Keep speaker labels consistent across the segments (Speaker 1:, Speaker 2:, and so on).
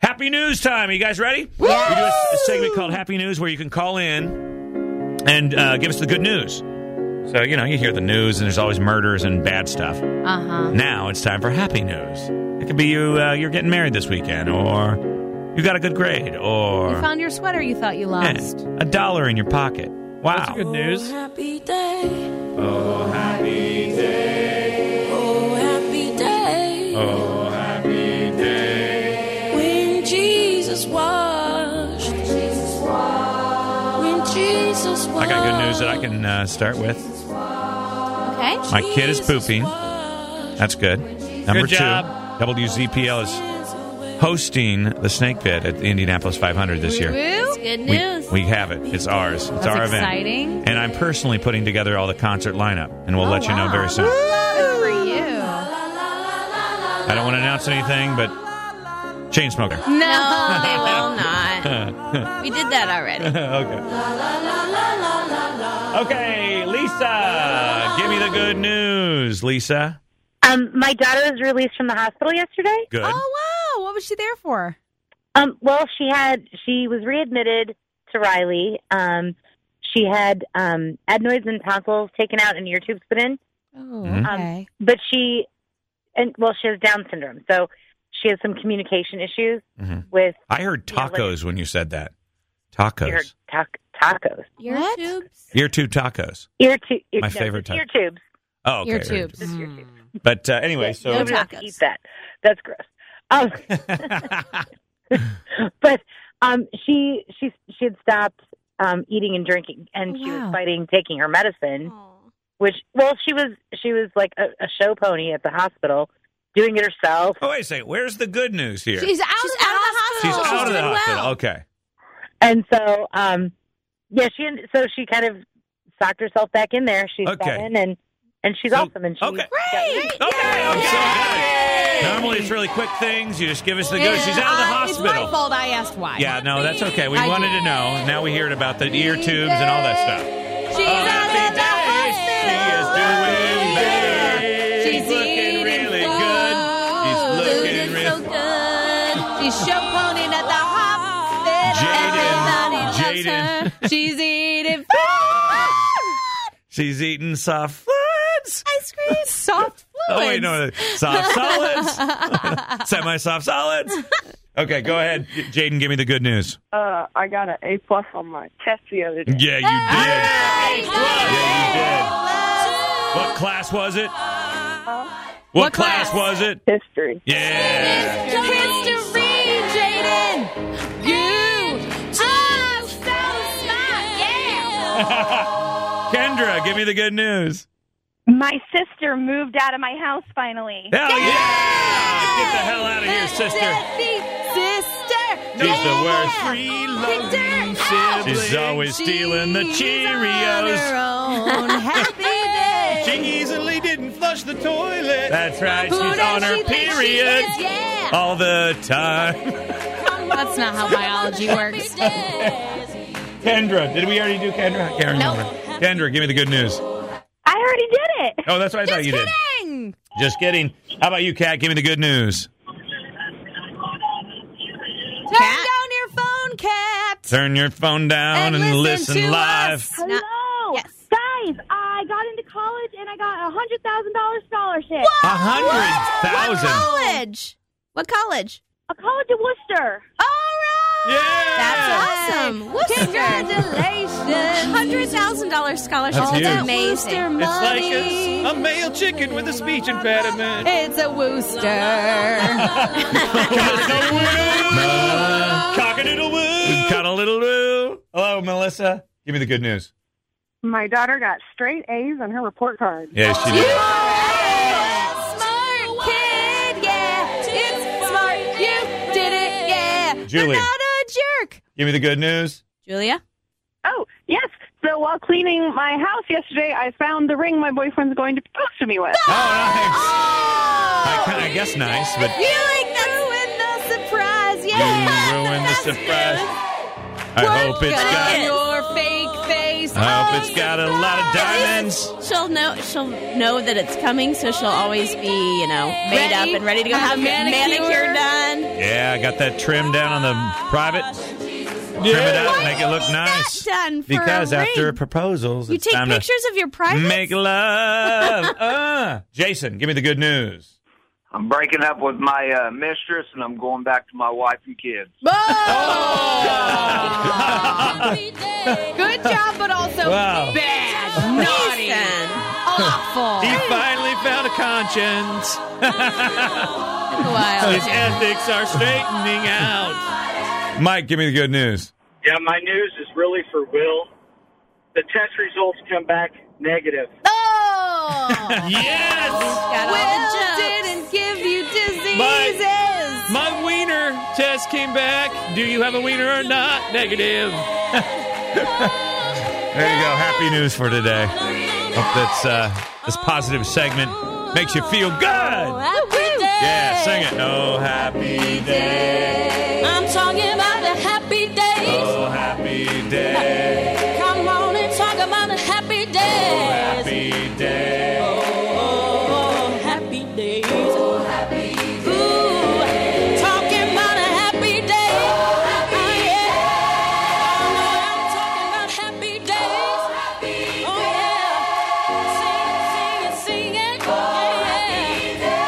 Speaker 1: Happy News time. Are you guys ready? We do a, a segment called Happy News where you can call in and uh, give us the good news. So, you know, you hear the news and there's always murders and bad stuff.
Speaker 2: Uh huh.
Speaker 1: Now it's time for happy news. It could be you uh, you're getting married this weekend, or you got a good grade, or
Speaker 2: You found your sweater you thought you
Speaker 1: eh,
Speaker 2: lost.
Speaker 1: a dollar in your pocket. Wow,
Speaker 3: That's good news.
Speaker 4: Oh, Happy day. Oh, happy day. Oh, happy day.
Speaker 1: Oh.
Speaker 4: When Jesus washed. When Jesus washed.
Speaker 1: I got good news that I can uh, start with.
Speaker 2: Okay.
Speaker 1: My kid is pooping.
Speaker 4: pooping.
Speaker 1: That's good. Number
Speaker 3: Good job.
Speaker 1: two, WZPL is hosting the Snake Pit at the Indianapolis 500 this year.
Speaker 2: Woo.
Speaker 4: Good
Speaker 1: We,
Speaker 4: news.
Speaker 1: we have it. It's ours. It's
Speaker 2: That's
Speaker 1: our
Speaker 2: exciting. Oh,
Speaker 1: event. And I'm personally putting together all the concert lineup, and we'll let you know very soon.
Speaker 2: Good for you.
Speaker 1: I don't want to announce anything, but Chainsmoker.
Speaker 2: No,
Speaker 4: no, they will not. we did that already.
Speaker 1: okay. Okay, Lisa, give me the good news, Lisa.
Speaker 5: Um, my daughter was released from the hospital yesterday.
Speaker 1: Good.
Speaker 2: Oh wow! What was she there for?
Speaker 5: Um, well, she had she was readmitted to Riley. Um, she had um, adenoids and tonsils taken out and ear tubes put in,
Speaker 2: Oh,
Speaker 1: Mhm.
Speaker 2: okay.
Speaker 5: but she and well, she has Down syndrome, so she has some communication issues
Speaker 1: Mhm.
Speaker 5: with
Speaker 1: I heard
Speaker 5: Yeah, like-
Speaker 1: tacos when you said that.
Speaker 5: her
Speaker 1: Tacos.
Speaker 5: ta- tacos,
Speaker 4: Your
Speaker 2: What?
Speaker 4: tubes.
Speaker 1: Ear tube tacos.
Speaker 5: ear tube. Ear,
Speaker 1: My
Speaker 5: no,
Speaker 1: favorite
Speaker 5: it's
Speaker 1: type.
Speaker 5: ear tubes.
Speaker 1: Oh, okay.
Speaker 2: Ear tubes.
Speaker 5: It's ear tubes.
Speaker 1: But uh, anyway, so
Speaker 2: No
Speaker 5: Nobody wants to
Speaker 2: tacos.
Speaker 5: eat that. That's gross. Um, but um, she she she had stopped um, eating and drinking, and
Speaker 2: Oh,
Speaker 5: she
Speaker 2: wow.
Speaker 5: was fighting taking her medicine. Which, well, she was she was like a, a show pony at the hospital, doing it herself,
Speaker 1: oh, wait a second. Where's the good news here?
Speaker 2: She's Oh, out
Speaker 4: She's
Speaker 2: of the
Speaker 4: out of the
Speaker 2: hospital.
Speaker 1: She's out of the
Speaker 4: doing well.
Speaker 1: hospital. Okay.
Speaker 5: and so um, yeah, she so she kind of socked herself back in there. She's
Speaker 1: Okay.
Speaker 5: seven, and and she's
Speaker 1: So-
Speaker 5: awesome, and she's
Speaker 1: okay.
Speaker 5: got-
Speaker 1: Okay, I'm so happy. Normally it's really quick things. You just give us the good. She's out of the
Speaker 2: I-
Speaker 1: hospital.
Speaker 2: It's my fault. I asked why.
Speaker 1: Yeah, no, that's okay. We
Speaker 2: I
Speaker 1: wanted
Speaker 2: did.
Speaker 1: to know. Now we heard about the ear tubes and all that stuff.
Speaker 2: She's
Speaker 1: Oh,
Speaker 2: out of the hospital.
Speaker 1: day. She is doing better.
Speaker 2: She's eating
Speaker 1: looking really
Speaker 2: well.
Speaker 1: good. She's looking
Speaker 4: so
Speaker 1: really.
Speaker 4: good.
Speaker 2: She's show ponying at the hospital.
Speaker 1: Jaden.
Speaker 2: Everybody loves her. She's eating food.
Speaker 1: She's eating soft fluids.
Speaker 2: Ice cream. Soft fluids.
Speaker 1: Oh wait, no, soft solids. Semi-soft solids. Okay, go ahead, Jaden. Give me the good news.
Speaker 6: Uh, I got an A plus on my test the other day.
Speaker 1: Yeah, you did.
Speaker 2: Hey,
Speaker 1: Yeah, you did. What class was it? What
Speaker 2: What
Speaker 1: class was
Speaker 2: class?
Speaker 1: it?
Speaker 6: History.
Speaker 1: Yeah.
Speaker 2: History, Jaden. You are so smart. Yeah.
Speaker 1: Kendra, give me the good news.
Speaker 7: My sister moved out of my house finally.
Speaker 1: Hell yeah! Get the hell out of here, sister.
Speaker 2: Sissy, sister.
Speaker 1: She's the worst.
Speaker 2: worst.
Speaker 1: She's always stealing the Cheerios.
Speaker 2: On her own. Happy day.
Speaker 1: She easily didn't flush the toilet. That's right. She's
Speaker 2: Who does
Speaker 1: on her
Speaker 2: she think she
Speaker 1: period Oh.
Speaker 2: is? Yeah.
Speaker 1: all the time.
Speaker 2: That's not how biology works.
Speaker 1: Kendra, did we already do Kendra? I can't remember. Kendra, give me the good news.
Speaker 7: I already did it.
Speaker 1: Oh, that's what I thought you did.
Speaker 2: Dang.
Speaker 1: Just kidding. How about you, Kat? Give me the good news.
Speaker 2: Turn down your phone, cat.
Speaker 1: Turn your phone down and, listen,
Speaker 2: to
Speaker 1: live.
Speaker 2: us.
Speaker 7: Hello.
Speaker 2: Not- Yes.
Speaker 7: Guys, I got into college and I got a $100,000 scholarship.
Speaker 1: A hundred thousand.
Speaker 2: College. What college?
Speaker 7: A college at Worcester.
Speaker 2: All right.
Speaker 1: Yeah.
Speaker 2: awesome. Congratulations. Hundred thousand dollar scholarship.
Speaker 1: That's huge.
Speaker 2: amazing.
Speaker 3: It's like a, a male chicken with a speech impediment.
Speaker 2: It's a Wooster.
Speaker 1: Cock-a-doodle-woo. Cock-a-doodle-woo. Hello, Melissa. Give me the good news.
Speaker 6: My daughter got straight A's on her report card.
Speaker 1: Yeah, she did.
Speaker 2: smart kid, yeah. It's smart. You did it, yeah.
Speaker 1: Julie.
Speaker 2: You're not a jerk.
Speaker 1: Give me the good news.
Speaker 2: Julia.
Speaker 6: Oh, yes. So while cleaning my house yesterday, I found the ring my boyfriend's going to propose to me with.
Speaker 1: Oh, nice. I, kinda- I guess nice, but
Speaker 2: You like ruined the surprise,
Speaker 1: you
Speaker 2: yeah.
Speaker 1: ruined the surprise. I hope it's
Speaker 2: Work on
Speaker 1: got.
Speaker 2: your fake face.
Speaker 1: I hope it's got a lot of diamonds.
Speaker 2: She'll know. She'll know that it's coming, so she'll always be, you know, made
Speaker 4: Ready,
Speaker 2: up and ready to go. Have
Speaker 4: have a
Speaker 2: your manicure,
Speaker 4: manicure.
Speaker 2: done.
Speaker 1: Yeah, I got that trim down on the private. Trim it up, make it look nice.
Speaker 2: That's done for
Speaker 1: because
Speaker 2: a
Speaker 1: after
Speaker 2: ring.
Speaker 1: proposals,
Speaker 2: you
Speaker 1: it's
Speaker 2: take
Speaker 1: time to
Speaker 2: pictures of your private.
Speaker 1: make love. uh, Jason, give me the good news.
Speaker 8: I'm breaking up with my uh, mistress, and I'm going back to my wife and kids.
Speaker 2: Oh.
Speaker 4: Good job, but also
Speaker 1: Wow.
Speaker 4: bad. Naughty.
Speaker 2: Jason.
Speaker 4: Awful.
Speaker 3: He finally found a conscience.
Speaker 2: Wild.
Speaker 3: His ethics are straightening out.
Speaker 1: Mike, give me the good news.
Speaker 9: Yeah, my news is really for Will. The test results come back negative.
Speaker 4: Oh.
Speaker 3: Yes!
Speaker 2: Got all
Speaker 4: Will
Speaker 2: the jokes.
Speaker 4: didn't give you diseases.
Speaker 3: My wiener test came back. Do you have a wiener or not? Negative.
Speaker 1: There you go. Happy news for today. Hope that's uh, this positive segment makes you feel good.
Speaker 4: Oh,
Speaker 1: Yeah, sing it. Oh, happy day.
Speaker 4: I'm talking about the happy days.
Speaker 1: Oh, happy day.
Speaker 4: Come on and talk about the happy days.
Speaker 1: Oh, Happy day.
Speaker 4: Oh, happy days. Oh, happy days. Ooh, talking about a happy day. Oh, happy yeah. I'm talking about happy days. Oh, happy days. Oh, yeah. Sing it, sing it, sing it. Oh, happy day.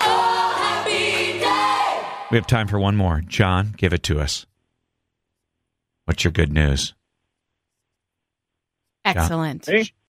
Speaker 4: Oh, oh, happy day.
Speaker 1: We have time for one more. John, give it to us. What's your good news?
Speaker 10: Excellent.